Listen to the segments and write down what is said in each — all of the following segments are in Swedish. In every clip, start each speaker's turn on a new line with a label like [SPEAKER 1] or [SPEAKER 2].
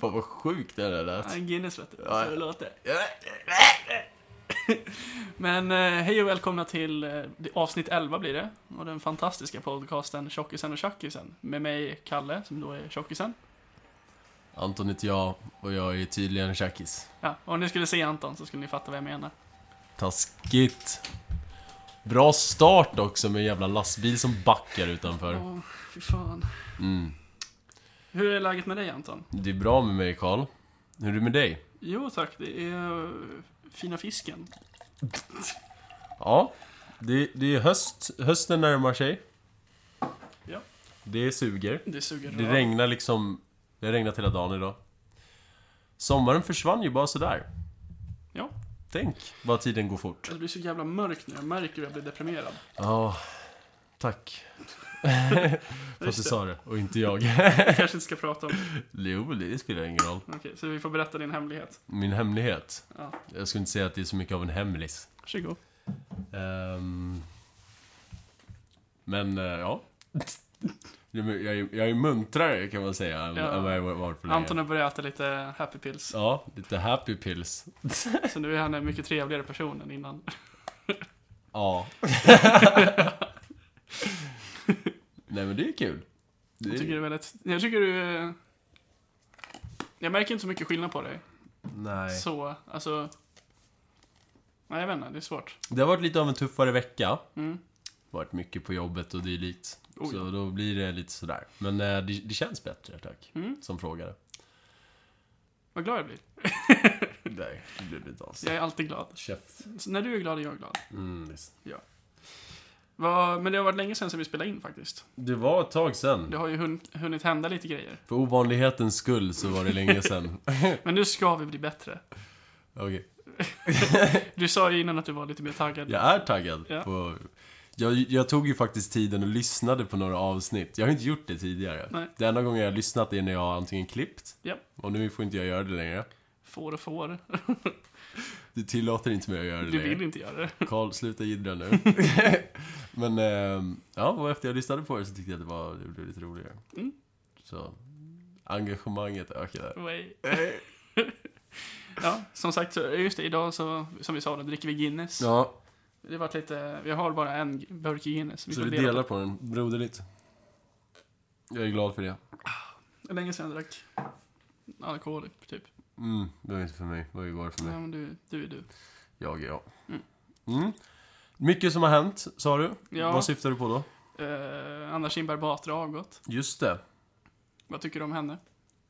[SPEAKER 1] Fan vad sjukt det där lät.
[SPEAKER 2] Ja, Guinness vet du.
[SPEAKER 1] Ja.
[SPEAKER 2] Så det låter. Men eh, hej och välkomna till eh, avsnitt 11 blir det. Och den fantastiska podcasten Tjockisen och Tjackisen. Med mig Kalle, som då är tjockisen.
[SPEAKER 1] Anton heter jag och jag är tydligen tjackis.
[SPEAKER 2] Ja, om ni skulle se Anton så skulle ni fatta vad jag menar.
[SPEAKER 1] Taskigt. Bra start också med en jävla lastbil som backar utanför.
[SPEAKER 2] Åh, fy fan.
[SPEAKER 1] Mm.
[SPEAKER 2] Hur är läget med dig Anton?
[SPEAKER 1] Det är bra med mig Karl. Hur är det med dig?
[SPEAKER 2] Jo tack, det är eh, fina fisken.
[SPEAKER 1] Ja, det, det är höst. Hösten närmar sig.
[SPEAKER 2] Ja.
[SPEAKER 1] Det suger.
[SPEAKER 2] Det suger
[SPEAKER 1] Det regnar liksom... Det har regnat hela dagen idag. Sommaren försvann ju bara sådär.
[SPEAKER 2] Ja. alltså,
[SPEAKER 1] Tänk vad tiden går fort.
[SPEAKER 2] Det blir så jävla mörkt nu, jag märker hur jag blir deprimerad.
[SPEAKER 1] Ja, tack. Fast du
[SPEAKER 2] Just det,
[SPEAKER 1] sa det och inte jag.
[SPEAKER 2] jag kanske inte ska prata om det.
[SPEAKER 1] jo, det spelar ingen roll.
[SPEAKER 2] Okej, så vi får berätta din hemlighet.
[SPEAKER 1] Min hemlighet.
[SPEAKER 2] Ja.
[SPEAKER 1] Jag skulle inte säga att det är så mycket av en hemlis.
[SPEAKER 2] Varsågod.
[SPEAKER 1] Ehm, men eh, ja. Jag är- jag är, jag är muntrare kan man säga än
[SPEAKER 2] Ja.
[SPEAKER 1] än vad jag var för länge.
[SPEAKER 2] Anton har börjat äta lite happy pills.
[SPEAKER 1] Ja, lite happy pills.
[SPEAKER 2] Så nu är han en mycket trevligare person än innan.
[SPEAKER 1] Ja. Nej men det är kul. Det
[SPEAKER 2] Jag tycker,
[SPEAKER 1] är...
[SPEAKER 2] det är väldigt, jag tycker du... eh, Jag märker inte så mycket skillnad på dig.
[SPEAKER 1] Nej.
[SPEAKER 2] Så, alltså... Nej, jag vet inte. Det är svårt.
[SPEAKER 1] Det har varit lite av en tuffare vecka.
[SPEAKER 2] Mm.
[SPEAKER 1] Varit mycket på jobbet och dylikt.
[SPEAKER 2] Oj.
[SPEAKER 1] Så då blir det lite sådär. Men eh, det, det känns bättre tack.
[SPEAKER 2] Mm.
[SPEAKER 1] Som frågare.
[SPEAKER 2] Vad glad jag blir.
[SPEAKER 1] Nej, det blev inte alls.
[SPEAKER 2] Jag är alltid glad.
[SPEAKER 1] Käft.
[SPEAKER 2] Så när du är glad är jag glad.
[SPEAKER 1] Mm, visst.
[SPEAKER 2] Vad- Men det har varit länge sedan som vi spelade in faktiskt.
[SPEAKER 1] det var ett tag
[SPEAKER 2] Det
[SPEAKER 1] sen.
[SPEAKER 2] har ju hunnit, hunnit hända lite grejer.
[SPEAKER 1] För ovanlighetens skull så var det länge sen.
[SPEAKER 2] Men nu ska vi bli bättre.
[SPEAKER 1] Okej.
[SPEAKER 2] Du sa ju innan att du var lite mer taggad.
[SPEAKER 1] Jag är taggad.
[SPEAKER 2] Ja.
[SPEAKER 1] På... Jag, jag tog ju faktiskt tiden och lyssnade på några avsnitt. Jag har inte gjort det tidigare.
[SPEAKER 2] Nej.
[SPEAKER 1] Det enda gången jag har lyssnat är när jag har antingen klippt,
[SPEAKER 2] Ja.
[SPEAKER 1] och nu får inte jag göra det längre.
[SPEAKER 2] Får och får.
[SPEAKER 1] Du tillåter inte mig att göra det
[SPEAKER 2] Du
[SPEAKER 1] längre.
[SPEAKER 2] vill inte göra det.
[SPEAKER 1] Karl, sluta jiddra nu. Men, ehm, ja, och efter jag lyssnade på det så tyckte jag att det var det blev lite roligare.
[SPEAKER 2] Mm.
[SPEAKER 1] Så, engagemanget ökade.
[SPEAKER 2] Way. Ja, som sagt, så- just det, idag så, som vi sa, då dricker vi Guinness.
[SPEAKER 1] Ja,
[SPEAKER 2] Det var lite, vi har bara en burk Guinness.
[SPEAKER 1] så
[SPEAKER 2] får
[SPEAKER 1] vi
[SPEAKER 2] dela
[SPEAKER 1] delar på den broderligt. Jag är glad för det.
[SPEAKER 2] på- Det är länge sedan jag drack alkohol, typ.
[SPEAKER 1] Mm, det var inte för mig. Det var igår för mig.
[SPEAKER 2] Ja, men du, du är du.
[SPEAKER 1] Jag, ja.
[SPEAKER 2] Mm.
[SPEAKER 1] Mm. Mycket som har hänt, sa du.
[SPEAKER 2] Ja.
[SPEAKER 1] Vad syftar du på då?
[SPEAKER 2] Eh, Anna Kinberg Batra har avgått.
[SPEAKER 1] Just det.
[SPEAKER 2] Vad tycker du om henne?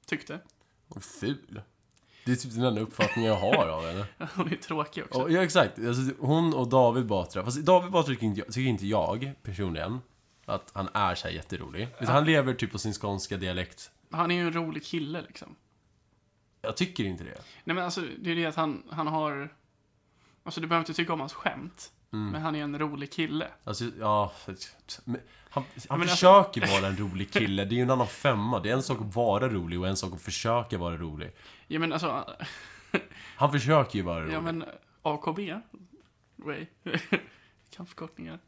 [SPEAKER 2] Tyckte.
[SPEAKER 1] Och ful. Det är typ den enda uppfattningen jag har av henne.
[SPEAKER 2] Hon är tråkig också.
[SPEAKER 1] Ja, ja, exakt. Alltså, hon och David Batra. Fast David Batra tycker inte, jag- tycker inte jag personligen att han är så här jätterolig. Utan han lever typ på sin skånska dialekt.
[SPEAKER 2] Han är ju en rolig kille, liksom.
[SPEAKER 1] Jag tycker inte det.
[SPEAKER 2] Nej, men alltså, det är det att han, han har... Alltså, du behöver inte tycka om hans skämt.
[SPEAKER 1] Mm.
[SPEAKER 2] Men han är en rolig kille.
[SPEAKER 1] Alltså, ja... men Han, han
[SPEAKER 2] Men alltså-
[SPEAKER 1] försöker vara en rolig kille. Det är ju en annan femma. Det är en sak att vara rolig och en sak att försöka vara rolig.
[SPEAKER 2] Ja, men alltså...
[SPEAKER 1] Han försöker ju vara rolig.
[SPEAKER 2] Ja, men AKB? Way. Kampförkortningar.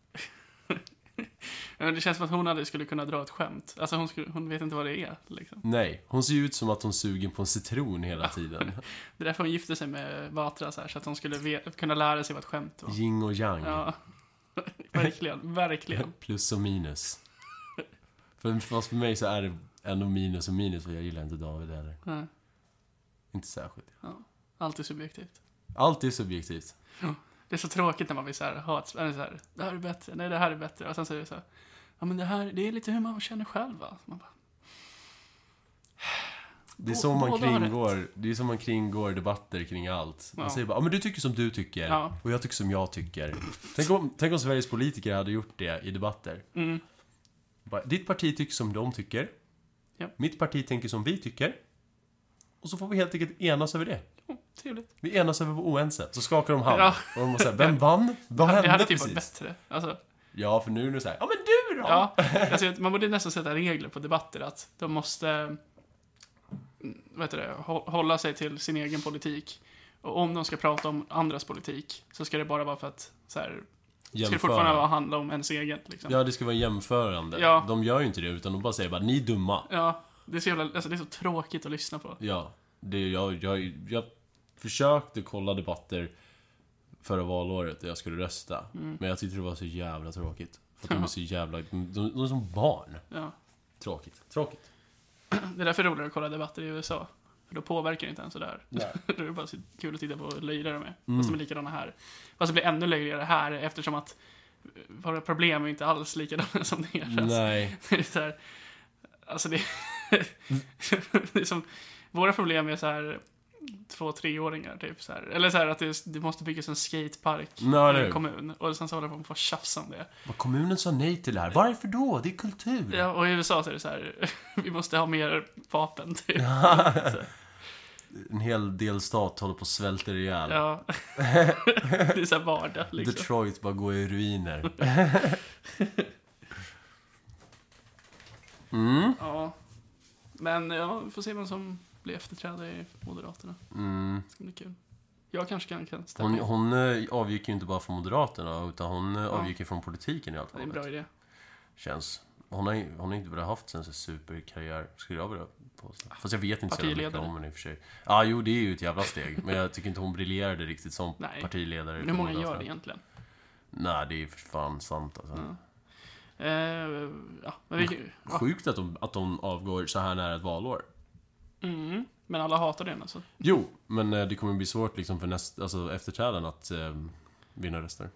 [SPEAKER 2] Ja, men det känns som att hon aldrig skulle kunna dra ett skämt. Alltså hon, skulle, hon vet inte vad det är, liksom.
[SPEAKER 1] Nej, hon ser ju ut som att hon suger på en citron hela tiden.
[SPEAKER 2] Det är därför hon gifte sig med Batra så, här, så att hon skulle ve- kunna lära sig vad ett skämt var.
[SPEAKER 1] Yin och yang.
[SPEAKER 2] Ja. verkligen, verkligen.
[SPEAKER 1] Plus och minus. För, fast för mig så är det ändå minus och minus, för jag gillar inte David heller.
[SPEAKER 2] Nej,
[SPEAKER 1] Inte särskilt.
[SPEAKER 2] Allt är subjektivt.
[SPEAKER 1] Allt är subjektivt.
[SPEAKER 2] Det är så tråkigt när man vill så här, ha ett, eller så här, det här är bättre, nej det här är bättre. Och sen så är det så här, ja men det här, det är lite hur man känner själv va. Så man bara,
[SPEAKER 1] Det är
[SPEAKER 2] Bå-
[SPEAKER 1] så man
[SPEAKER 2] båda har
[SPEAKER 1] kringgår, det är så man kringgår debatter kring allt. Man
[SPEAKER 2] Ja.
[SPEAKER 1] säger bara, ja men du tycker som du tycker,
[SPEAKER 2] Ja.
[SPEAKER 1] och jag tycker som jag tycker. Tänk om, tänk om Sveriges politiker hade gjort det i debatter.
[SPEAKER 2] mm,
[SPEAKER 1] Bara, Ditt parti tycker som de tycker.
[SPEAKER 2] Ja.
[SPEAKER 1] Mitt parti tänker som vi tycker. Och så får vi helt enkelt enas över det.
[SPEAKER 2] ja, trevligt.
[SPEAKER 1] Vi enas över vår oense, så skakar de hand.
[SPEAKER 2] Ja.
[SPEAKER 1] Och de var såhär, vem vann? Vad
[SPEAKER 2] det
[SPEAKER 1] hände
[SPEAKER 2] hade typ varit
[SPEAKER 1] precis?
[SPEAKER 2] bättre. Alltså,
[SPEAKER 1] Ja, för nu är det såhär, ja men du då?
[SPEAKER 2] Ja, alltså, man borde nästan sätta regler på debatter att de måste mm, vet du det, hå- hålla sig till sin egen politik. Och om de ska prata om andras politik så ska det bara vara för att så här, ska det fortfarande
[SPEAKER 1] Jämföra.
[SPEAKER 2] vara handla om ens eget. Liksom.
[SPEAKER 1] Ja, det ska vara jämförande.
[SPEAKER 2] Ja.
[SPEAKER 1] De gör ju inte det, utan de bara säger bara, ni är dumma.
[SPEAKER 2] Ja, Det är så jävla, alltså det är så tråkigt att lyssna på.
[SPEAKER 1] Ja. Det, jag, jag, jag försökte kolla debatter förra valåret där jag skulle rösta.
[SPEAKER 2] Mm.
[SPEAKER 1] Men jag tyckte det var så jävla tråkigt. För att de är så jävla... De, de är som barn.
[SPEAKER 2] Ja.
[SPEAKER 1] Tråkigt. Tråkigt.
[SPEAKER 2] Det är därför det är roligare att kolla debatter i USA. För då påverkar det inte ens sådär.
[SPEAKER 1] Nej. Mm.
[SPEAKER 2] då är det bara så kul att titta på och löjliga de är. Fast de är likadana här. Fast det blir ännu löjligare här eftersom att eh, våra problem är inte alls likadana som deras.
[SPEAKER 1] Nej.
[SPEAKER 2] Det är så här, alltså det, det är som, våra problem är så här två treåringar typ så här. Eller så här att det, det måste byggas en skatepark
[SPEAKER 1] Ja, det är
[SPEAKER 2] i en
[SPEAKER 1] det.
[SPEAKER 2] kommun. Och sen så håller de på att tjafsa om det.
[SPEAKER 1] Vad kommunen sa nej till det här. Varför då? Det är kultur.
[SPEAKER 2] Ja, och i USA så är det så här, vi måste ha mer vapen typ.
[SPEAKER 1] En hel del stat håller på att svälta ihjäl.
[SPEAKER 2] Ja. det är så här vardag liksom.
[SPEAKER 1] Detroit bara går i ruiner.
[SPEAKER 2] Ja. Men ja, vi får se vem som blir efterträdare i Moderaterna.
[SPEAKER 1] Mm.
[SPEAKER 2] Det ska bli kul. Jag kanske kan, kan steppa
[SPEAKER 1] Hon,
[SPEAKER 2] in.
[SPEAKER 1] hon eh, avgick ju inte bara från Moderaterna, utan hon eh, avgick ju från politiken i allt
[SPEAKER 2] Det är en
[SPEAKER 1] fallet.
[SPEAKER 2] bra idé.
[SPEAKER 1] Känns. Hon har, ju- hon har inte börjat haft en sån superkarriär, skulle jag vilja påstå. Fast jag vet inte så jävla mycket
[SPEAKER 2] Partiledare.
[SPEAKER 1] om henne i och för sig. Ja, ah, jo, det är ju ett jävla steg. Men jag tycker inte hon briljerade riktigt som
[SPEAKER 2] Nej.
[SPEAKER 1] partiledare.
[SPEAKER 2] Men
[SPEAKER 1] för
[SPEAKER 2] hur många gör
[SPEAKER 1] Moderaterna.
[SPEAKER 2] det Mm. egentligen?
[SPEAKER 1] Nej, det är för fan sant alltså.
[SPEAKER 2] Ja. Eh, ja, men vi, ja.
[SPEAKER 1] Ah. Sjukt att de, att de avgår så här nära ett valår.
[SPEAKER 2] Mm, men alla hatar den alltså.
[SPEAKER 1] Jo, men eh, det kommer bli svårt liksom för näst, alltså, efterträdaren att eh, vinna röster.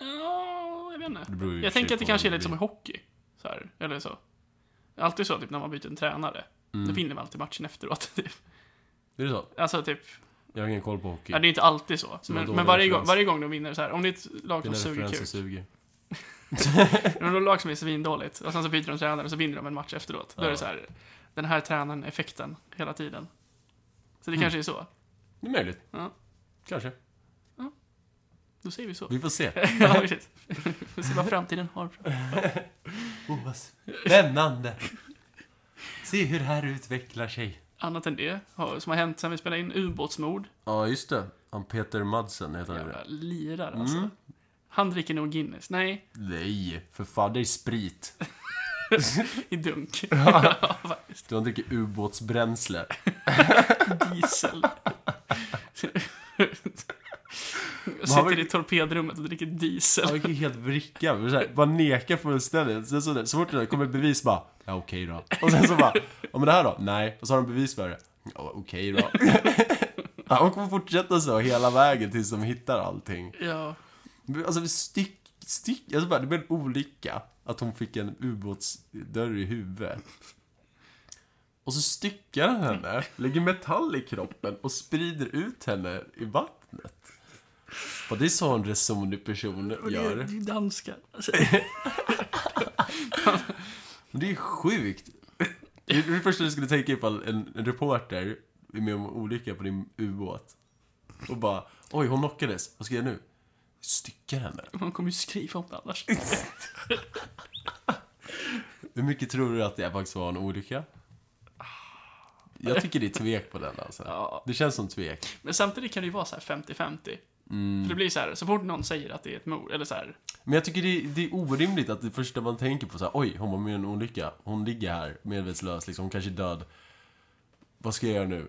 [SPEAKER 2] Ja, jag vet inte.
[SPEAKER 1] Det beror ju i och
[SPEAKER 2] Jag
[SPEAKER 1] för sig
[SPEAKER 2] tänker att det
[SPEAKER 1] på
[SPEAKER 2] kanske är
[SPEAKER 1] vem
[SPEAKER 2] lite som
[SPEAKER 1] blir.
[SPEAKER 2] i hockey. Så här, eller så. Det är Alltid så typ när man byter en tränare.
[SPEAKER 1] Mm.
[SPEAKER 2] Då vinner man alltid matchen efteråt. Typ.
[SPEAKER 1] Är det så?
[SPEAKER 2] Alltså typ,
[SPEAKER 1] Jag har ingen koll på hockey.
[SPEAKER 2] ja, det är inte alltid så.
[SPEAKER 1] en
[SPEAKER 2] men
[SPEAKER 1] dålig
[SPEAKER 2] men varje,
[SPEAKER 1] referens.
[SPEAKER 2] gång, varje gång de vinner så här, om det är ett lag som
[SPEAKER 1] Dina
[SPEAKER 2] suger
[SPEAKER 1] referenser typ.
[SPEAKER 2] kuk.
[SPEAKER 1] suger.
[SPEAKER 2] Om det är ett lag som är svindåligt och sen så byter de tränare och så vinner de en match efteråt. Då är
[SPEAKER 1] Ja.
[SPEAKER 2] det så här, den här tränaren, effekten, hela tiden. Så det
[SPEAKER 1] Mm.
[SPEAKER 2] kanske är så.
[SPEAKER 1] Det är möjligt.
[SPEAKER 2] Ja.
[SPEAKER 1] Kanske.
[SPEAKER 2] Då säger vi så.
[SPEAKER 1] Vi får se.
[SPEAKER 2] ja, precis. Vi får se vad framtiden har.
[SPEAKER 1] Oh, vad spännande! Se hur det här utvecklar sig.
[SPEAKER 2] Annat än det, har- som har hänt sen vi spelade in, ubåtsmord.
[SPEAKER 1] Ja, just det. Han Peter Madsen heter han
[SPEAKER 2] Jävla
[SPEAKER 1] det.
[SPEAKER 2] lirar alltså. Han dricker nog Guinness. Nej,
[SPEAKER 1] Nej, för fan, det är sprit.
[SPEAKER 2] i dunk. Ja, faktiskt.
[SPEAKER 1] Han dricker ubåtsbränsle.
[SPEAKER 2] Diesel. Jag
[SPEAKER 1] var
[SPEAKER 2] sitter
[SPEAKER 1] ju-
[SPEAKER 2] i torpedrummet och dricker diesel.
[SPEAKER 1] Han gick ju helt vricka. men så här, Bara nekar fullständigt. Sen så, där, så fort det där kommer bevis bara, ja okej då. Och sen så bara, ja men det här då? Nej. Och så har de bevis för det. Ja, okej då. Han kommer fortsätta så hela vägen tills de hittar allting.
[SPEAKER 2] Ja,
[SPEAKER 1] Alltså vi stick, stick, alltså bara, det blev en olycka att hon fick en ubåtsdörr i huvudet. Och så styckar han henne, lägger metall i kroppen och sprider ut henne i vattnet. Och det är så en resonlig person
[SPEAKER 2] och det, är-
[SPEAKER 1] gör.
[SPEAKER 2] det är danskar. Alltså,
[SPEAKER 1] Men det är sjukt. Det är det första du skulle tänka ifall en, en reporter är med om en olycka på din ubåt. Och bara, oj hon knockades, vad ska jag göra nu? Stycka henne.
[SPEAKER 2] man kommer ju skriva om det annars.
[SPEAKER 1] Hur mycket tror du att det faktiskt var en olycka? Jag tycker det är tvek på den alltså.
[SPEAKER 2] Ja.
[SPEAKER 1] Det känns som tvek.
[SPEAKER 2] Men samtidigt kan det ju vara så här 50-50. För det blir så här, så fort någon säger att det är ett mord, eller så här,
[SPEAKER 1] Men jag tycker det är, det är orimligt att det första man tänker på så här, oj, hon var med i en olycka. Hon ligger här, medvetslös, liksom, hon kanske är död. Vad ska jag göra nu?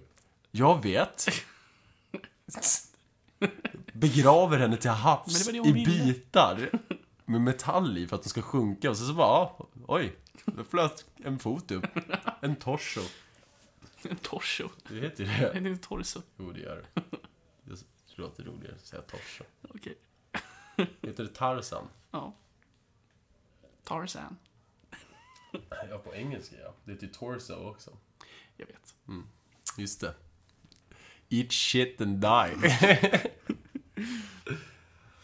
[SPEAKER 1] Jag vet. Begraver henne till
[SPEAKER 2] Men det
[SPEAKER 1] havs
[SPEAKER 2] var det
[SPEAKER 1] i
[SPEAKER 2] hon ville.
[SPEAKER 1] bitar. Med metall i för att de ska sjunka. Och sen så bara, ah, oj. Då flöt en fot upp. En torso.
[SPEAKER 2] en torso.
[SPEAKER 1] Det heter ju det.
[SPEAKER 2] Nej, det är en torso.
[SPEAKER 1] Jo, det gör det. Jag tror att det är roligare att säga Tarzan.
[SPEAKER 2] Okej.
[SPEAKER 1] Heter det Tarzan?
[SPEAKER 2] Ja. Tarzan.
[SPEAKER 1] Ja, på engelska ja. Det heter ju Torso också.
[SPEAKER 2] Jag vet.
[SPEAKER 1] Just det. Eat shit and die.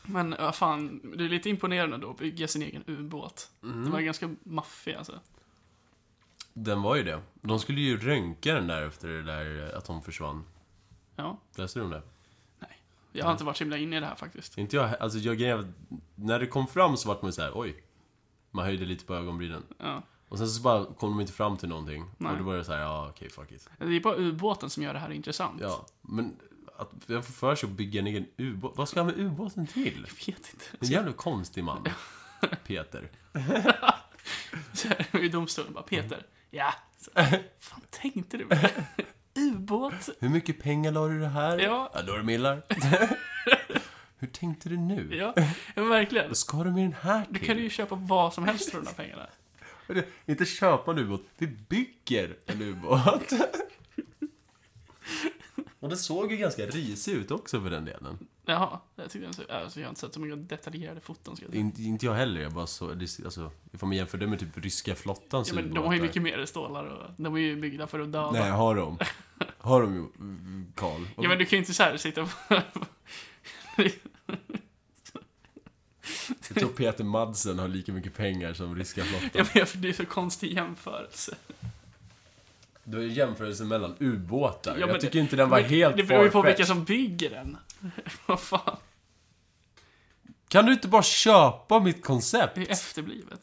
[SPEAKER 2] Men vad fan, det är lite imponerande då att bygga sin egen ubåt. De var ganska maffiga alltså.
[SPEAKER 1] Den var ju det. De skulle ju röntga den där efter det där eh, att hon försvann.
[SPEAKER 2] Ja,
[SPEAKER 1] Läste du om det?
[SPEAKER 2] nej. Jag har inte varit så himla inne i det här faktiskt.
[SPEAKER 1] Inte jag, alltså jag grev, När det kom fram så vart man ju såhär, oj. Man höjde lite på ögonbrynen.
[SPEAKER 2] Ja.
[SPEAKER 1] Och sen så bara kom de inte fram till någonting.
[SPEAKER 2] Nej.
[SPEAKER 1] Och då var det såhär, ja okej, fuck it.
[SPEAKER 2] Det är bara ubåten som gör det här intressant.
[SPEAKER 1] Ja, men att jag får för sig att bygga en egen ubåt. Vad ska han med ubåten till?
[SPEAKER 2] Jag vet inte.
[SPEAKER 1] En jävla konstig man. Peter.
[SPEAKER 2] Så här, I domstolen bara, Peter, Ja. Så, fan tänkte du på det? Ubåt.
[SPEAKER 1] Hur mycket pengar la du i det här?
[SPEAKER 2] Ja.
[SPEAKER 1] ja några millar. Hur tänkte du nu?
[SPEAKER 2] Ja, men verkligen.
[SPEAKER 1] Vad ska du med den här till?
[SPEAKER 2] Du kan ju köpa vad som helst för de här pengarna.
[SPEAKER 1] Eller, Inte köpa en ubåt, vi bygger en ubåt. Och den såg ju ganska risig ut också för den delen.
[SPEAKER 2] Jaha, jag tyckte jag, så, alltså, jag har inte sett så många detaljerade foton ska jag säga.
[SPEAKER 1] In, inte jag heller, jag bara så, det- alltså, ifall man jämför det med typ ryska flottans
[SPEAKER 2] Ja, men de har ju mycket mer stålar och de är ju byggda för att döda.
[SPEAKER 1] Nej, har de? Har de ju, Karl?
[SPEAKER 2] Ja, men du kan ju inte så här sitta på...
[SPEAKER 1] Jag tror Peter Madsen har lika mycket pengar som ryska
[SPEAKER 2] Ja,
[SPEAKER 1] flottan.
[SPEAKER 2] men det är så konstig jämförelse.
[SPEAKER 1] Det var ju jämförelsen mellan ubåtar.
[SPEAKER 2] Ja, men
[SPEAKER 1] jag tycker inte den var
[SPEAKER 2] Men
[SPEAKER 1] helt
[SPEAKER 2] Det beror ju på
[SPEAKER 1] farfetched.
[SPEAKER 2] vilka som bygger den. Vad fan,
[SPEAKER 1] Kan du inte bara köpa mitt
[SPEAKER 2] det är ju
[SPEAKER 1] koncept?
[SPEAKER 2] efterblivet.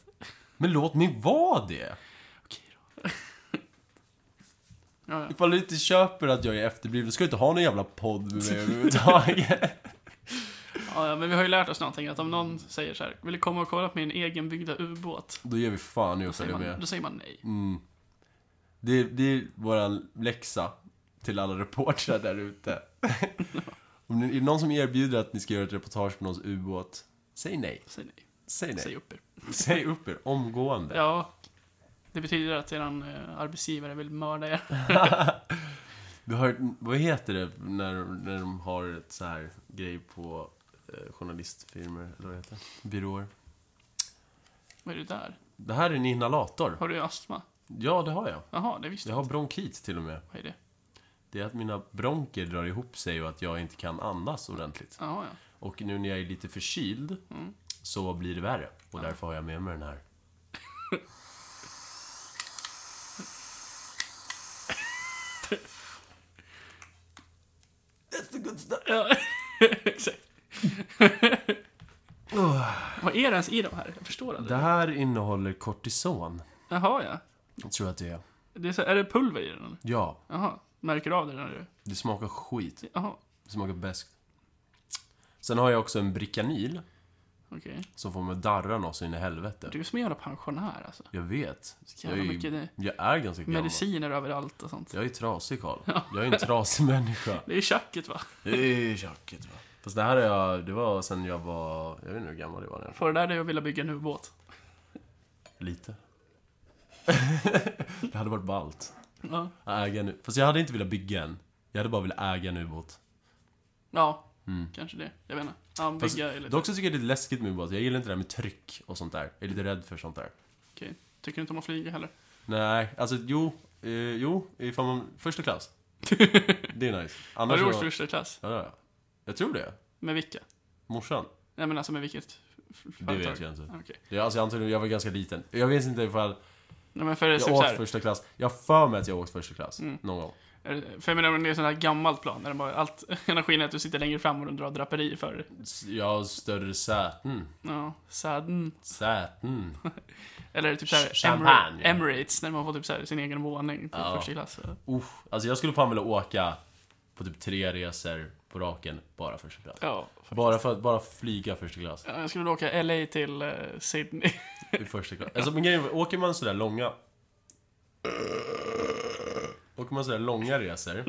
[SPEAKER 1] Men låt mig vara det!
[SPEAKER 2] Okej då. ja, ja.
[SPEAKER 1] Ifall du inte köper att jag är efterbliven ska du inte ha någon jävla podd med mig överhuvudtaget.
[SPEAKER 2] Ja, ja, men vi har ju lärt oss någonting att om någon säger så här, vill du komma och kolla på min egenbyggda ubåt?
[SPEAKER 1] Då ger vi fan i
[SPEAKER 2] Då
[SPEAKER 1] att
[SPEAKER 2] säger,
[SPEAKER 1] följa
[SPEAKER 2] man,
[SPEAKER 1] med.
[SPEAKER 2] då säger man nej.
[SPEAKER 1] Mm. Det, är- det är vår läxa till alla reportrar där ute. Om det är någon som erbjuder att ni ska göra ett reportage på någons ubåt, säg nej.
[SPEAKER 2] Säg nej.
[SPEAKER 1] Säg nej.
[SPEAKER 2] Säg upp er.
[SPEAKER 1] Säg upp er omgående.
[SPEAKER 2] Ja, det betyder att eran eh, arbetsgivare vill mörda er.
[SPEAKER 1] Du har, vad heter det när, när de har ett så här grej på eh, journalistfirmor, eller vad heter det? Byråer.
[SPEAKER 2] Vad är det där?
[SPEAKER 1] Det här är en inhalator.
[SPEAKER 2] Har du astma?
[SPEAKER 1] Ja, det har jag.
[SPEAKER 2] Jaha, det visste
[SPEAKER 1] Jag
[SPEAKER 2] jag.
[SPEAKER 1] har bronkit till och med.
[SPEAKER 2] Vad är det?
[SPEAKER 1] Det är att mina bronker drar ihop sig och att jag inte kan andas ordentligt.
[SPEAKER 2] Jaha, ja.
[SPEAKER 1] Och nu när jag är lite förkyld
[SPEAKER 2] Mm.
[SPEAKER 1] så blir det värre. Och därför har jag med mig den här. That's the good stuff.
[SPEAKER 2] ja. Exakt. Vad är det ens i de här? Jag förstår
[SPEAKER 1] Det
[SPEAKER 2] aldrig.
[SPEAKER 1] här innehåller kortison.
[SPEAKER 2] Jaha, ja.
[SPEAKER 1] Jag tror att det är.
[SPEAKER 2] Det är, så, är det pulver i den?
[SPEAKER 1] Ja,
[SPEAKER 2] Jaha. Märker du av det när du...
[SPEAKER 1] det smakar skit.
[SPEAKER 2] Jaha,
[SPEAKER 1] Det smakar bäst. Sen har jag också en Bricanil
[SPEAKER 2] okej.
[SPEAKER 1] som får mig att darra något så in i helvete.
[SPEAKER 2] Du är som en jävla pensionär alltså.
[SPEAKER 1] Jag vet.
[SPEAKER 2] Så
[SPEAKER 1] Jag
[SPEAKER 2] jävla
[SPEAKER 1] är,
[SPEAKER 2] mycket
[SPEAKER 1] ju,
[SPEAKER 2] det-
[SPEAKER 1] jag är ganska gammal.
[SPEAKER 2] Mediciner överallt och sånt.
[SPEAKER 1] Jag är trasig, Karl. Jag är en trasig människa.
[SPEAKER 2] Det är tjacket va?
[SPEAKER 1] Det är tjackigt, va. Fast det här är jag, det var sen jag var, jag vet inte hur gammal jag var när
[SPEAKER 2] Får det där dig att vilja bygga en ubåt?
[SPEAKER 1] Lite. det hade varit ballt.
[SPEAKER 2] Ja.
[SPEAKER 1] Att Äga nu. Fast jag hade inte velat bygga en. Jag hade bara velat äga en ubåt.
[SPEAKER 2] Ja, kanske det. Jag vet inte. Ja,
[SPEAKER 1] Mm. Fast
[SPEAKER 2] bygga eller...
[SPEAKER 1] Dock så tycker jag det är lite läskigt med ubåt. Jag gillar inte det här med tryck och sånt där. Jag är lite rädd för sånt där.
[SPEAKER 2] Okej. Tycker du inte om att flyga heller?
[SPEAKER 1] Nej, alltså jo. Eh, jo, ifall man... Första klass. det är nice.
[SPEAKER 2] Har
[SPEAKER 1] Annars...
[SPEAKER 2] du gjort
[SPEAKER 1] så-
[SPEAKER 2] första klass?
[SPEAKER 1] Ja, ja. Jag tror det.
[SPEAKER 2] Med vilka?
[SPEAKER 1] Morsan.
[SPEAKER 2] Nej men alltså med vilket f- f- företag?
[SPEAKER 1] Det vet jag inte.
[SPEAKER 2] Ah, Okej.
[SPEAKER 1] Jag, alltså, jag antar jag var ganska liten. Jag vet inte ifall
[SPEAKER 2] Nej men för det är
[SPEAKER 1] jag
[SPEAKER 2] typ Mm.
[SPEAKER 1] åkt
[SPEAKER 2] såhär,
[SPEAKER 1] första klass. Jag har för mig att jag har åkt första klass. Någon gång.
[SPEAKER 2] är det- för jag menar om det är sån här gammalt plan, där de bara, allt, energin är att du sitter längre fram och de drar draperi för,
[SPEAKER 1] S- Jag har större säten.
[SPEAKER 2] ja, sadden.
[SPEAKER 1] Säten.
[SPEAKER 2] Eller typ såhär,
[SPEAKER 1] Ch- champagne.
[SPEAKER 2] Emira- Emirates, när man får typ såhär sin egen våning på
[SPEAKER 1] Ja.
[SPEAKER 2] första klass.
[SPEAKER 1] Uff. Alltså jag skulle fan vilja åka på typ tre resor på raken bara första klass.
[SPEAKER 2] Ja.
[SPEAKER 1] Bara för att bara flyga första klass.
[SPEAKER 2] Ja, Jag skulle vilja åka LA till eh, Sydney.
[SPEAKER 1] I första klass. Alltså men grejen är, åker man sådär långa... Åker man sådär långa resor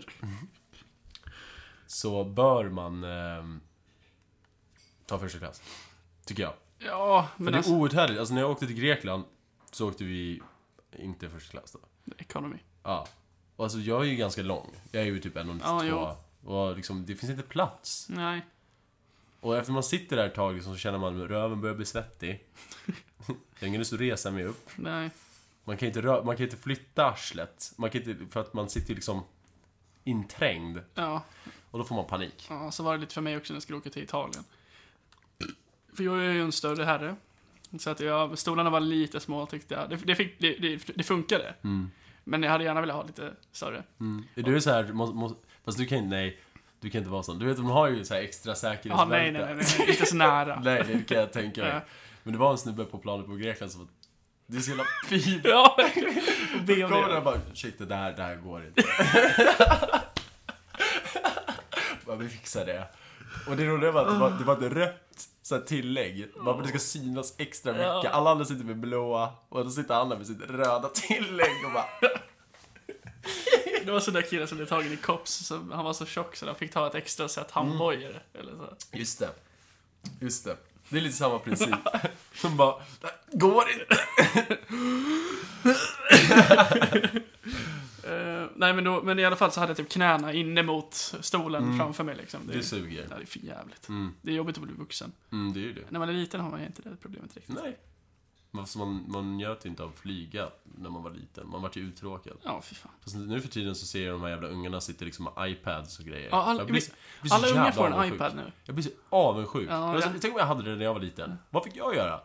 [SPEAKER 1] så bör man ehm, ta första klass. Tycker jag.
[SPEAKER 2] ja,
[SPEAKER 1] För
[SPEAKER 2] men
[SPEAKER 1] det är
[SPEAKER 2] alltså,
[SPEAKER 1] outhärdligt. Alltså när jag åkte till Grekland så åkte vi inte första klass då.
[SPEAKER 2] economy.
[SPEAKER 1] Ja. Och alltså jag är ju ganska lång. Jag är ju typ 1,92.
[SPEAKER 2] Ja,
[SPEAKER 1] och liksom, det finns inte plats.
[SPEAKER 2] Nej.
[SPEAKER 1] Och efter man sitter där ett tag liksom, så känner man att röven börjar bli svettig. Jag har ingen lust att resa mig upp.
[SPEAKER 2] Nej.
[SPEAKER 1] Man kan ju inte, rö- man kan ju inte flytta arslet. Man kan inte, för att man sitter ju liksom inträngd.
[SPEAKER 2] Ja,
[SPEAKER 1] Och då får man panik.
[SPEAKER 2] ja, så var det lite för mig också när jag skulle åka till Italien. För jag är ju en större herre. Så att jag, stolarna var lite små tyckte jag. Det, det, fick, det, det, det funkade.
[SPEAKER 1] Mm.
[SPEAKER 2] Men jag hade gärna velat ha lite större.
[SPEAKER 1] Är Du är så här, må, må, fast du kan ju, nej. Du kan inte vara sån. Du vet, de har ju så här extra
[SPEAKER 2] Jaha,
[SPEAKER 1] säkerhetsbälte.
[SPEAKER 2] nej, nej, nej, nej, nej, inte så nära.
[SPEAKER 1] Nej, det kan jag tänka mig.
[SPEAKER 2] Ja.
[SPEAKER 1] Men det var en snubbe på planet på Grekland som var... Det är så jävla pinsamt.
[SPEAKER 2] Ja,
[SPEAKER 1] Jag kommer där
[SPEAKER 2] BMD.
[SPEAKER 1] och bara, ursäkta, det här, det här går inte. bara, vi fixar det. Och det roliga var att det var, det var ett rött så här tillägg. Man, det ska synas extra mycket. Alla andra sitter med blåa och då sitter Anna med sitt röda tillägg och bara...
[SPEAKER 2] Det var sån där kille som blev tagen i kops, som, han var så tjock så han fick ta ett extra set
[SPEAKER 1] Mm.
[SPEAKER 2] handbojor. Eller så.
[SPEAKER 1] Just det. Just det. Det är lite samma princip. Som bara, "Det här går inte.
[SPEAKER 2] Eh, nej men, då, men i alla fall så hade jag typ knäna inne mot stolen framför mig liksom. Det,
[SPEAKER 1] Mm. Det
[SPEAKER 2] är,
[SPEAKER 1] suger.
[SPEAKER 2] ja, det är för jävligt.
[SPEAKER 1] Mm.
[SPEAKER 2] Det är jobbigt att bli vuxen.
[SPEAKER 1] Mm, det är ju det.
[SPEAKER 2] När man är liten har man ju inte det problemet riktigt.
[SPEAKER 1] Nej. Alltså man, man njöt inte av att flyga när man var liten. Man vart ju uttråkad.
[SPEAKER 2] Ja, fy fan.
[SPEAKER 1] Fast nu för tiden så ser jag de här jävla ungarna sitter liksom med iPads och grejer.
[SPEAKER 2] Ja, alla-
[SPEAKER 1] jag blir, jag blir så
[SPEAKER 2] Alla ungar
[SPEAKER 1] jävla
[SPEAKER 2] får en
[SPEAKER 1] avundsjuk.
[SPEAKER 2] iPad nu.
[SPEAKER 1] Jag blir så avundsjuk.
[SPEAKER 2] Ja,
[SPEAKER 1] jag,
[SPEAKER 2] ja.
[SPEAKER 1] Tänk om jag hade det när jag var liten. Vad fick jag göra?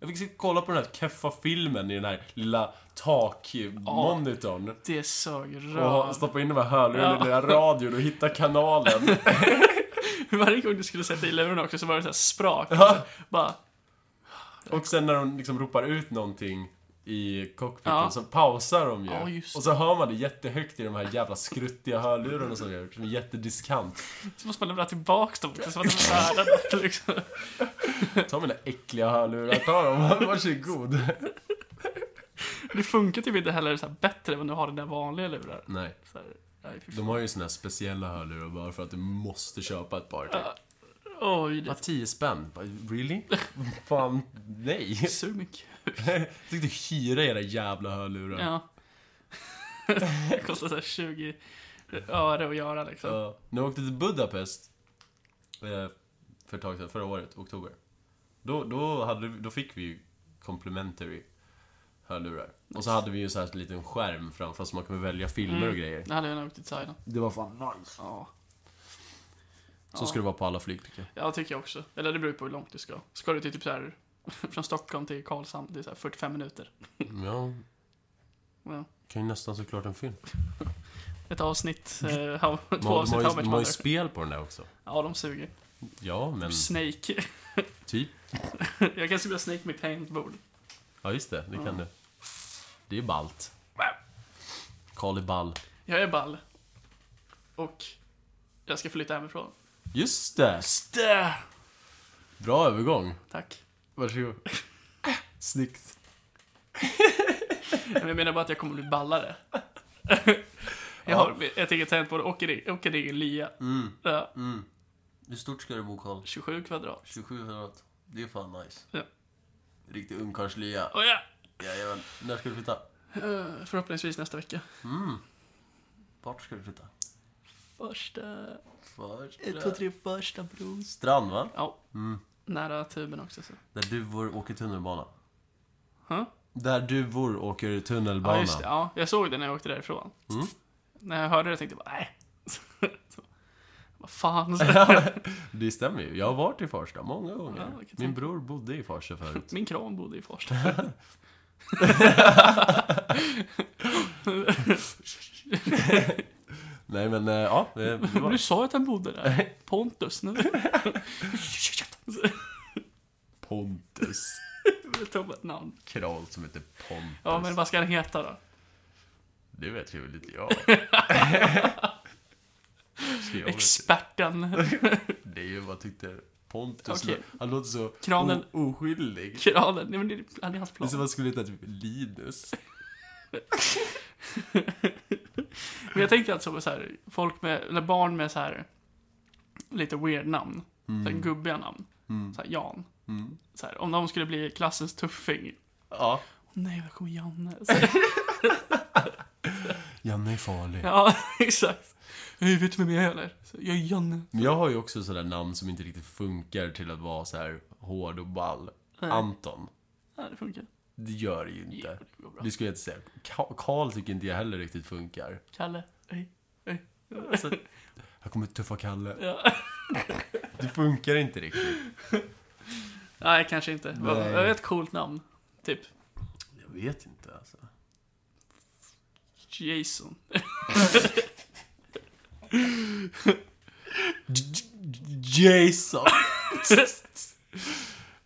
[SPEAKER 1] Jag fick sitta och kolla på den här keffa filmen i den här lilla takmonitorn.
[SPEAKER 2] Det sög
[SPEAKER 1] Och ha-
[SPEAKER 2] röv.
[SPEAKER 1] stoppa in de här hörlurarna i
[SPEAKER 2] Ja.
[SPEAKER 1] den här radion och hitta kanalen.
[SPEAKER 2] Varje gång du skulle sätta i luren också så var det så här sprak.
[SPEAKER 1] Ja.
[SPEAKER 2] Bara,
[SPEAKER 1] Och sen när de liksom ropar ut någonting i cockpiten
[SPEAKER 2] Ja.
[SPEAKER 1] så pausar de ju.
[SPEAKER 2] Ja, just
[SPEAKER 1] och så hör man det jättehögt i de här jävla skruttiga hörlurarna som jag har gjort, som är jättediskant.
[SPEAKER 2] så måste man lämna tillbaks dem också, så att de är värda liksom.
[SPEAKER 1] Ta mina äckliga hörlurar, ta dem, varsågod.
[SPEAKER 2] Det funkar typ inte heller så här bättre än du har dina vanliga lurar.
[SPEAKER 1] Nej,
[SPEAKER 2] Så här, nej, fy fan.
[SPEAKER 1] de har ju såna här speciella hörlurar bara för att du måste köpa ett par.
[SPEAKER 2] Ja. Oj,
[SPEAKER 1] Bara
[SPEAKER 2] det
[SPEAKER 1] 10 spänn. Bara, Really? Fan, nej.
[SPEAKER 2] sug mycket.
[SPEAKER 1] Jag tänkte hyra era jävla hörlurar.
[SPEAKER 2] Ja. det kostar såhär 20 öre att göra liksom.
[SPEAKER 1] Ja. när jag åkte till Budapest eh, för ett tag sedan, förra året, oktober. Då, då, hade, vi- då fick vi ju complimentary hörlurar. Och så hade vi ju så här en liten skärm framför oss så man kunde välja filmer och grejer.
[SPEAKER 2] Det hade jag nog åkt till Thailand.
[SPEAKER 1] Det var fan nice.
[SPEAKER 2] Ja.
[SPEAKER 1] Så ska det vara på alla flygplatser.
[SPEAKER 2] Ja, tycker jag också. Eller det beror på hur långt du ska. Ska du till typ såhär, från Stockholm till Karlshamn, det är såhär 45 minuter.
[SPEAKER 1] Ja,
[SPEAKER 2] Ja.
[SPEAKER 1] kan ju nästan såklart en film.
[SPEAKER 2] Ett avsnitt,
[SPEAKER 1] Mm.
[SPEAKER 2] eh, how,
[SPEAKER 1] De
[SPEAKER 2] två
[SPEAKER 1] har, de
[SPEAKER 2] avsnitt
[SPEAKER 1] har, ju,
[SPEAKER 2] How
[SPEAKER 1] de
[SPEAKER 2] much
[SPEAKER 1] har ju
[SPEAKER 2] mother.
[SPEAKER 1] spel på den där också.
[SPEAKER 2] Ja, de suger.
[SPEAKER 1] Ja, men
[SPEAKER 2] Snake.
[SPEAKER 1] typ.
[SPEAKER 2] jag kan spela Snake med tangentbord.
[SPEAKER 1] Ja, just det. Det kan du. Det är ballt. Karl är ball.
[SPEAKER 2] Jag är ball. Och jag ska flytta hemifrån.
[SPEAKER 1] Just det!
[SPEAKER 2] Stö!
[SPEAKER 1] Bra övergång.
[SPEAKER 2] Tack.
[SPEAKER 1] Varsågod. Snyggt.
[SPEAKER 2] Men jag menar bara att jag kommer bli ballare. jag har ett eget tangentbord och en egen- och en egen lya. Ja,
[SPEAKER 1] Hur stort ska du bo, Karl?
[SPEAKER 2] 27 kvadrat.
[SPEAKER 1] 27 kvadrat. Det är fan nice.
[SPEAKER 2] Ja.
[SPEAKER 1] Riktig ungkarlslya.
[SPEAKER 2] Och Oh, ja,
[SPEAKER 1] Jajamän. När ska du flytta?
[SPEAKER 2] eh, förhoppningsvis nästa vecka.
[SPEAKER 1] Vart ska du flytta?
[SPEAKER 2] Första...
[SPEAKER 1] Först.
[SPEAKER 2] tre, första Mm. bron.
[SPEAKER 1] Strand, va?
[SPEAKER 2] Ja. Nära tuben också. Så.
[SPEAKER 1] Där duvor åker tunnelbana.
[SPEAKER 2] Huh?
[SPEAKER 1] Där duvor åker tunnelbana.
[SPEAKER 2] Ja, just det. Ja, jag såg det när jag åkte därifrån.
[SPEAKER 1] Mm.
[SPEAKER 2] När jag hörde det tänkte jag bara, nej. Så, Vad fan. Så,
[SPEAKER 1] Det stämmer ju. Jag har varit i Farsta många
[SPEAKER 2] Ja,
[SPEAKER 1] gånger.
[SPEAKER 2] jag kan
[SPEAKER 1] Min
[SPEAKER 2] tänka.
[SPEAKER 1] bror bodde i Farsta förut.
[SPEAKER 2] min kran bodde i Farsta.
[SPEAKER 1] Nej, men eh, ja. Det det var
[SPEAKER 2] Du sa ju att han bodde där. Pontus. Nu.
[SPEAKER 1] Pontus.
[SPEAKER 2] Jag tog bara ett namn.
[SPEAKER 1] Kral som heter Pontus.
[SPEAKER 2] Ja, men vad ska han heta då?
[SPEAKER 1] Det vet ju väl inte jag. Ska jag veta?
[SPEAKER 2] Experten.
[SPEAKER 1] det är ju vad jag tyckte Pontus
[SPEAKER 2] Okej.
[SPEAKER 1] Han låter så
[SPEAKER 2] Kranen.
[SPEAKER 1] O- oskyldig.
[SPEAKER 2] Kranen. Nej, men det är det är hans
[SPEAKER 1] Det är
[SPEAKER 2] plan.
[SPEAKER 1] som att han skulle heta typ Linus.
[SPEAKER 2] Men jag tänker alltså på så här, folk med, eller barn med så här lite weird namn. Så här gubbiga namn. Så här Jan. Så här, om de skulle bli klassens tuffing.
[SPEAKER 1] Mm. Ja.
[SPEAKER 2] Åh nej, där kommer Janne. Så, här,
[SPEAKER 1] Janne är farlig.
[SPEAKER 2] ja, exakt. Hej, vet du vem jag är eller? Så, jag är Janne.
[SPEAKER 1] Men jag har ju också sådär namn som inte riktigt funkar till att vara så här hård och ball. Anton.
[SPEAKER 2] Ja, det funkar.
[SPEAKER 1] Det gör det ju inte.
[SPEAKER 2] Ja, det går bra.
[SPEAKER 1] Det skulle jag inte säga. Ka- Karl tycker inte jag heller riktigt funkar.
[SPEAKER 2] Kalle. Hej. Hej.
[SPEAKER 1] Jag kommer tuffa Kalle.
[SPEAKER 2] Alltså, Ja.
[SPEAKER 1] Det funkar inte riktigt.
[SPEAKER 2] Nej, kanske inte.
[SPEAKER 1] Nej.
[SPEAKER 2] Det är ett coolt namn. Typ
[SPEAKER 1] Jag vet inte alltså.
[SPEAKER 2] Jason.
[SPEAKER 1] Jason.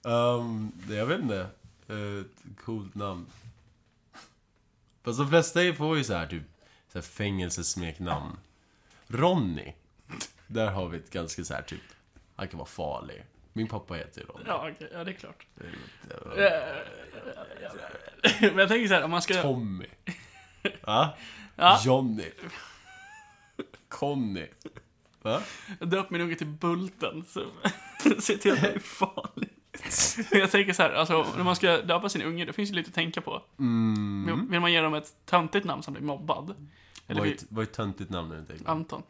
[SPEAKER 1] um, jag vet inte. Eh, Ett coolt namn. Fast de flesta får ju så här typ så här fängelsesmeknamn. Ronny. Där har vi ett ganska så här typ Han kan vara farlig. Min pappa heter Ronny.
[SPEAKER 2] Ja, okej, ja, det är klart. Men jag tänker så här, om man ska...
[SPEAKER 1] Tommy. Va?
[SPEAKER 2] Ja.
[SPEAKER 1] Johnny. Conny. Va?
[SPEAKER 2] Döp min unge till Bulten. Så, se till att det är farligt. Men jag tänker så här, alltså, när man ska döpa sin unge, då finns det lite att tänka på.
[SPEAKER 1] Mm.
[SPEAKER 2] Vill- Vill man ge dem ett töntigt namn som blir mobbad? Eller
[SPEAKER 1] Vad är
[SPEAKER 2] vill,
[SPEAKER 1] ett- vad är ett töntigt namn nu tänker jag.
[SPEAKER 2] Anton.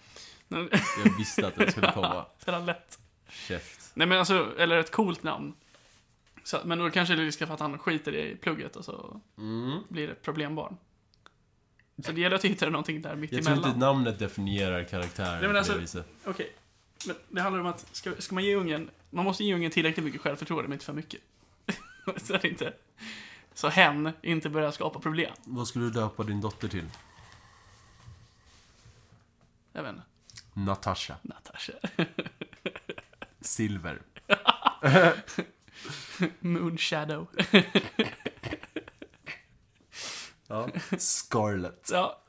[SPEAKER 2] Nej,
[SPEAKER 1] Jag visste att den skulle komma.
[SPEAKER 2] Så jävla lätt.
[SPEAKER 1] Käft.
[SPEAKER 2] Nej men alltså, eller ett coolt namn. Så, men då kanske det är risk för att han skiter i plugget och så blir det ett problembarn. Så det gäller att hitta någonting där mitt
[SPEAKER 1] Jag tror inte
[SPEAKER 2] emellan.
[SPEAKER 1] namnet definierar karaktären
[SPEAKER 2] men
[SPEAKER 1] på det
[SPEAKER 2] alltså-
[SPEAKER 1] viset.
[SPEAKER 2] Okej. Men det handlar om att, ska, ska man ge ungen, man måste ge ungen tillräckligt mycket självförtroende, men inte för mycket. så att inte, så hen inte börjar skapa problem.
[SPEAKER 1] Vad skulle du döpa din dotter till?
[SPEAKER 2] Jag vet inte.
[SPEAKER 1] Natasha.
[SPEAKER 2] Natasha.
[SPEAKER 1] Silver.
[SPEAKER 2] Moon Shadow.
[SPEAKER 1] Ja. Scarlet.
[SPEAKER 2] Ja,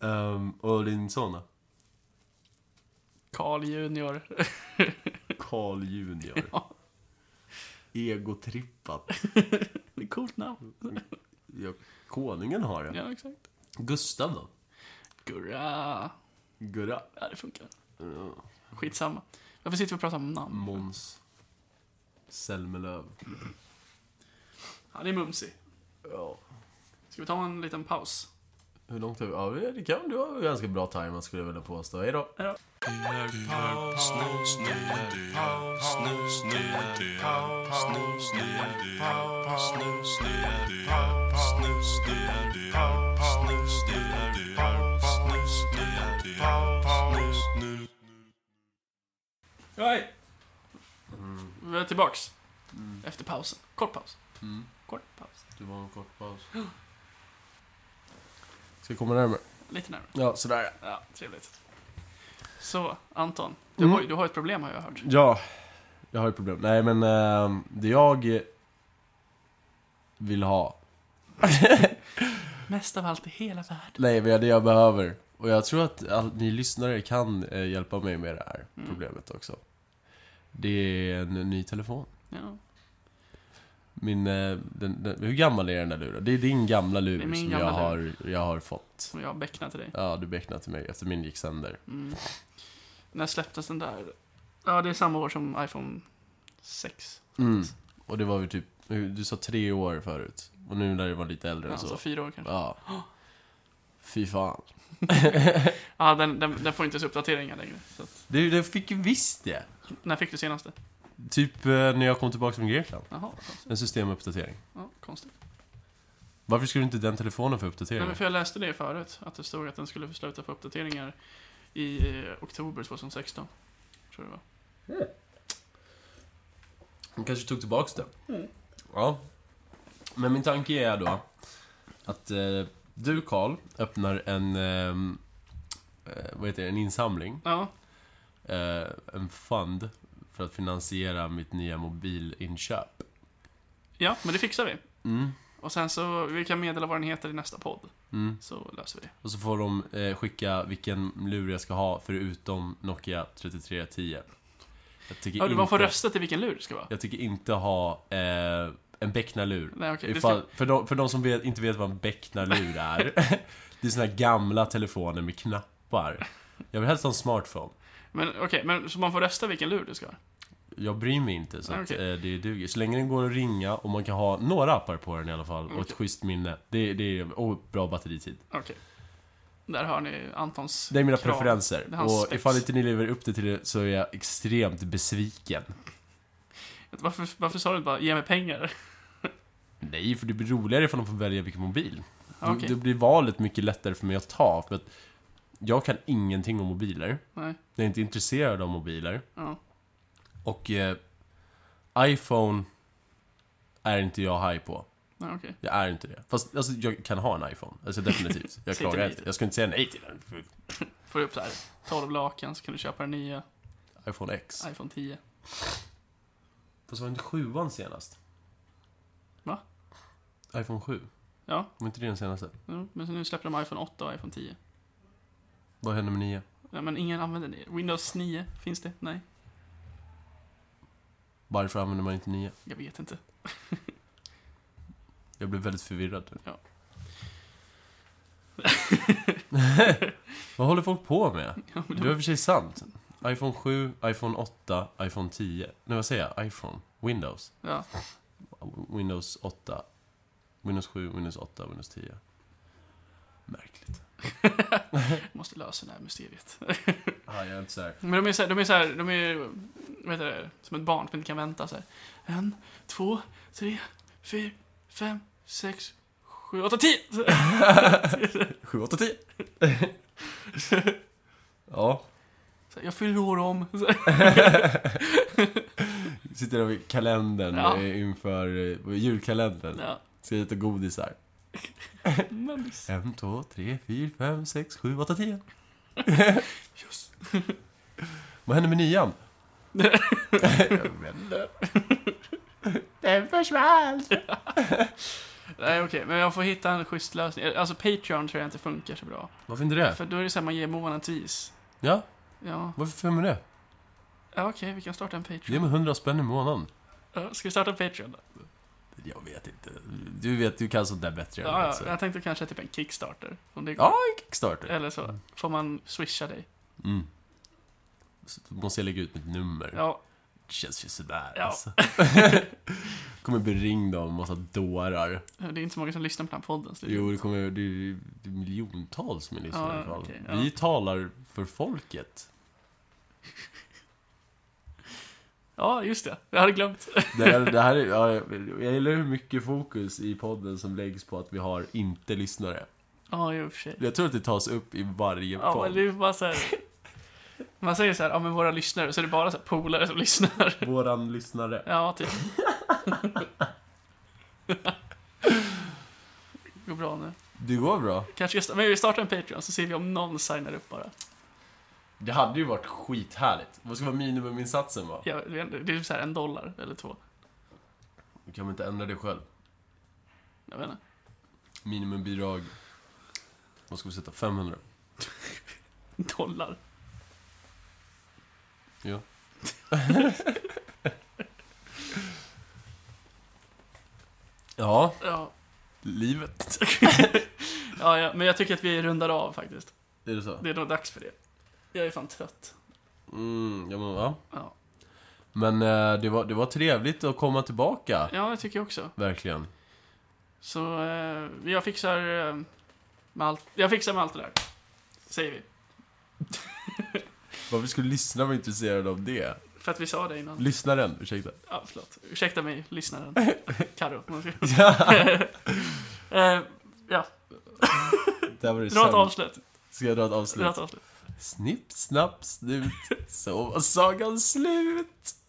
[SPEAKER 1] Ehm, och din son då?
[SPEAKER 2] Carl Junior.
[SPEAKER 1] Carl Junior.
[SPEAKER 2] Ja.
[SPEAKER 1] Egotrippat.
[SPEAKER 2] Det är coolt namn.
[SPEAKER 1] Ja, konungen har jag.
[SPEAKER 2] Ja, exakt.
[SPEAKER 1] Gustav då?
[SPEAKER 2] Gurra.
[SPEAKER 1] Gurra.
[SPEAKER 2] Ja, det funkar.
[SPEAKER 1] Ja. Mm.
[SPEAKER 2] Skitsamma. Varför sitter vi och pratar om namn?
[SPEAKER 1] Måns. Selmelöv.
[SPEAKER 2] Han är mumsig.
[SPEAKER 1] Ja.
[SPEAKER 2] Ska vi ta en liten paus?
[SPEAKER 1] Hur långt har vi? Ja, vi- det kan du har ganska bra tajmat skulle jag vilja påstå. Hejdå.
[SPEAKER 2] Nej. Vi är tillbaks. Efter pausen. Kort paus. Kort paus.
[SPEAKER 1] Det var en kort paus. Ska jag komma närmare?
[SPEAKER 2] Lite närmare.
[SPEAKER 1] Ja, sådär
[SPEAKER 2] Ja, trevligt. Så, Anton. Du,
[SPEAKER 1] Mm.
[SPEAKER 2] har, ju- du har ett problem har jag hört.
[SPEAKER 1] Ja, jag har ett problem. Nej, men eh, det jag vill ha.
[SPEAKER 2] Mest av allt i hela världen.
[SPEAKER 1] Nej, men det jag behöver. Och jag tror att all, ni lyssnare kan eh, hjälpa mig med det här problemet också. Det är en ny telefon.
[SPEAKER 2] Ja,
[SPEAKER 1] Min, eh, den, den, hur gammal är den där luren? Det är din gamla lur
[SPEAKER 2] Det är min
[SPEAKER 1] som
[SPEAKER 2] gamla
[SPEAKER 1] jag har, jag har fått.
[SPEAKER 2] som jag becknar till dig.
[SPEAKER 1] Ja, du becknade till mig efter min gick sönder.
[SPEAKER 2] Mm. När släpptes den där? Ja, det är samma år som iPhone 6.
[SPEAKER 1] Mm. Och det var ju typ, du sa tre år förut. Och nu när det var lite äldre
[SPEAKER 2] Ja,
[SPEAKER 1] än så.
[SPEAKER 2] alltså fyra år kanske.
[SPEAKER 1] Ja. Fy fan.
[SPEAKER 2] Ja, den, den, den får inte ens uppdateringar längre. Så att,
[SPEAKER 1] Du, det fick ju visst det.
[SPEAKER 2] när fick du senaste?
[SPEAKER 1] Typ eh, när jag kom tillbaka från Grekland.
[SPEAKER 2] Jaha, konstigt.
[SPEAKER 1] En systemuppdatering.
[SPEAKER 2] Ja, konstigt.
[SPEAKER 1] Varför skulle inte den telefonen få
[SPEAKER 2] Nej,
[SPEAKER 1] uppdatering?
[SPEAKER 2] men för jag läste det förut, att det stod att den skulle sluta få uppdateringar i eh, oktober 2016. Tror jag det var.
[SPEAKER 1] De kanske tog tillbaka det.
[SPEAKER 2] Mm.
[SPEAKER 1] Ja. Men min tanke är då att eh, du, Karl, öppnar en... ehm, Eh, vad heter det? En insamling.
[SPEAKER 2] Ja,
[SPEAKER 1] Eh, en fund. För att finansiera mitt nya mobilinköp.
[SPEAKER 2] ja, men det fixar vi.
[SPEAKER 1] Mm.
[SPEAKER 2] Och sen så, vi kan meddela vad den heter i nästa podd.
[SPEAKER 1] Mm.
[SPEAKER 2] Så löser vi det.
[SPEAKER 1] Och så får de eh, skicka vilken lur jag ska ha förutom Nokia 3310. Jag tycker
[SPEAKER 2] Ja, du, man
[SPEAKER 1] inte,
[SPEAKER 2] får rösta till vilken lur det ska vara.
[SPEAKER 1] Jag tycker inte ha eh, en becknarlur.
[SPEAKER 2] Nej, okej. det
[SPEAKER 1] Ifall,
[SPEAKER 2] ska-
[SPEAKER 1] för, de, för de som vet, inte vet vad en becknarlur är. det är såna här gamla telefoner med knappar. Jag vill helst ha en smartphone.
[SPEAKER 2] Men okej, men så man får rösta vilken lur det ska vara?
[SPEAKER 1] Jag bryr mig inte så
[SPEAKER 2] Nej,
[SPEAKER 1] att,
[SPEAKER 2] okej.
[SPEAKER 1] eh, det duger. Så länge den går att ringa och man kan ha några appar på den i alla fall. Och ett
[SPEAKER 2] Okej.
[SPEAKER 1] schysst minne. Det, det är, och bra batteritid.
[SPEAKER 2] Okej. Där har ni Antons
[SPEAKER 1] Det är mina
[SPEAKER 2] krav.
[SPEAKER 1] preferenser.
[SPEAKER 2] Det är hans
[SPEAKER 1] Och
[SPEAKER 2] specs.
[SPEAKER 1] ifall inte ni lever upp det till det så är jag extremt besviken.
[SPEAKER 2] Varför, varför sa du inte bara ge mig pengar?
[SPEAKER 1] Nej, för det blir roligare ifall de får välja vilken mobil.
[SPEAKER 2] Ja,
[SPEAKER 1] Då,
[SPEAKER 2] Ah, Okej.
[SPEAKER 1] då blir valet mycket lättare för mig att ta. För att jag kan ingenting om mobiler.
[SPEAKER 2] Nej.
[SPEAKER 1] Jag är inte intresserad av mobiler.
[SPEAKER 2] Ja.
[SPEAKER 1] Och eh, iPhone är inte jag high på.
[SPEAKER 2] Nej, okej.
[SPEAKER 1] Jag är inte det. Fast alltså, jag kan ha en iPhone. Alltså definitivt. Jag
[SPEAKER 2] Säg inte
[SPEAKER 1] klagar
[SPEAKER 2] nej
[SPEAKER 1] inte. Jag skulle inte säga nej till den. för
[SPEAKER 2] Får du upp så här 12 lakan så kan du köpa den nya
[SPEAKER 1] iPhone X.
[SPEAKER 2] iPhone 10.
[SPEAKER 1] Fast var inte sjuan senast?
[SPEAKER 2] Va?
[SPEAKER 1] iPhone 7.
[SPEAKER 2] Ja.
[SPEAKER 1] Var inte det den senaste?
[SPEAKER 2] Ja, men så nu släpper de iPhone 8 och iPhone 10.
[SPEAKER 1] Vad hände med 9?
[SPEAKER 2] Ja, men ingen använder det. Windows 9, finns det? Nej,
[SPEAKER 1] Varför använder man inte nya?
[SPEAKER 2] jag vet inte.
[SPEAKER 1] Jag blev väldigt förvirrad. typ. nu.
[SPEAKER 2] Ja.
[SPEAKER 1] Vad håller folk på med?
[SPEAKER 2] Ja, men
[SPEAKER 1] Det var i och för sig sant. iPhone 7, iPhone 8, iPhone 10. Nej, vad säger jag? iPhone? Windows?
[SPEAKER 2] Ja,
[SPEAKER 1] Windows 8. Windows 7, Windows 8, Windows 10. Märkligt.
[SPEAKER 2] jag måste lösa det här mysteriet.
[SPEAKER 1] Ja, jag är inte säker.
[SPEAKER 2] Men de är såhär, de är såhär, de är vad heter det, som ett barn som inte kan vänta såhär. En, två, tre, fyra, fem, sex, sju, åtta, tio!
[SPEAKER 1] 7, 8, 10. ja.
[SPEAKER 2] Så här, jag fyller år om. Så här,
[SPEAKER 1] Sitter där vid kalendern
[SPEAKER 2] Ja.
[SPEAKER 1] eh, inför eh, julkalendern.
[SPEAKER 2] ja.
[SPEAKER 1] Ska äta godisar.
[SPEAKER 2] Mummis.
[SPEAKER 1] 1, 2, 3, 4, 5, 6, 7, 8, 10.
[SPEAKER 2] Just.
[SPEAKER 1] Vad händer med nian? jag vet inte. Den försvann.
[SPEAKER 2] Nej okej, men jag får hitta en schysst lösning. Alltså Patreon tror jag inte funkar så bra.
[SPEAKER 1] Varför inte det?
[SPEAKER 2] För då är det såhär man ger månadsvis.
[SPEAKER 1] Ja,
[SPEAKER 2] Ja,
[SPEAKER 1] varför för med det?
[SPEAKER 2] ja okej, vi kan starta en Patreon.
[SPEAKER 1] Ge mig 100 spänn i månaden.
[SPEAKER 2] Ja, ska vi starta en Patreon då?
[SPEAKER 1] Jag vet inte. Du vet, du kan sånt där bättre än
[SPEAKER 2] Ja,
[SPEAKER 1] alltså.
[SPEAKER 2] ja, jag tänkte kanske typ en Kickstarter. Om det går.
[SPEAKER 1] Ja, Mm. en Kickstarter.
[SPEAKER 2] Eller så får man swisha dig.
[SPEAKER 1] Mm. Så måste jag lägga ut mitt nummer.
[SPEAKER 2] Ja,
[SPEAKER 1] Det känns ju sådär
[SPEAKER 2] Ja.
[SPEAKER 1] alltså. kommer bli ringd av en massa dårar.
[SPEAKER 2] det är inte så många som lyssnar på den här podden. Så det är
[SPEAKER 1] Jo, det kommer det är, det är miljontals med lyssnare i
[SPEAKER 2] Typ. Ja,
[SPEAKER 1] alla fall.
[SPEAKER 2] okej, ja.
[SPEAKER 1] Vi talar för folket.
[SPEAKER 2] Ja, just det. Jag hade glömt.
[SPEAKER 1] Det här, det här är, ja, jag gillar hur mycket fokus i podden som läggs på att vi har inte lyssnare.
[SPEAKER 2] Ja, i och för sig.
[SPEAKER 1] Jag tror att det tas upp i varje
[SPEAKER 2] Ja, men
[SPEAKER 1] podd.
[SPEAKER 2] det är bara så här. Man säger så här, ja men våra lyssnare, så är det bara så här polare som lyssnar.
[SPEAKER 1] Våran lyssnare.
[SPEAKER 2] Ja, typ. Går bra nu.
[SPEAKER 1] Det går bra.
[SPEAKER 2] Kanske just, men vi startar en Patreon så ser vi om någon signar upp bara.
[SPEAKER 1] Det hade ju varit skithärligt. Vad ska vara minimuminsatsen va?
[SPEAKER 2] Ja, det är- det är så här en dollar eller två.
[SPEAKER 1] Du kan väl inte ändra det själv?
[SPEAKER 2] Jag vet inte.
[SPEAKER 1] Minimibidrag. Vad ska vi sätta? 500?
[SPEAKER 2] Dollar.
[SPEAKER 1] Ja. ja,
[SPEAKER 2] Ja.
[SPEAKER 1] livet.
[SPEAKER 2] ja, ja, men jag tycker att vi rundar av faktiskt.
[SPEAKER 1] Är det så?
[SPEAKER 2] Det är nog dags för det. Jag är fan trött.
[SPEAKER 1] Mm, ja, men, ja.
[SPEAKER 2] Ja,
[SPEAKER 1] men eh, det, var, det var trevligt att komma tillbaka.
[SPEAKER 2] ja jag tycker jag också.
[SPEAKER 1] Verkligen.
[SPEAKER 2] Så eh, jag fixar eh, med allt. Jag fixar med allt det där. Säger vi.
[SPEAKER 1] Varför skulle lyssnarna vara intresserade av det?
[SPEAKER 2] För att vi sa det innan.
[SPEAKER 1] Lyssnaren, ursäkta.
[SPEAKER 2] Ja, förlåt. Ursäkta mig, lyssnaren. Carro. Man ska-
[SPEAKER 1] Ja,
[SPEAKER 2] Eh, ja,
[SPEAKER 1] det här var det
[SPEAKER 2] dra ett
[SPEAKER 1] sämsta.
[SPEAKER 2] avslut.
[SPEAKER 1] Ska jag dra ett
[SPEAKER 2] Dra
[SPEAKER 1] avslut?
[SPEAKER 2] ett avslut.
[SPEAKER 1] Snipp, snapp, snut. Så var sagan slut.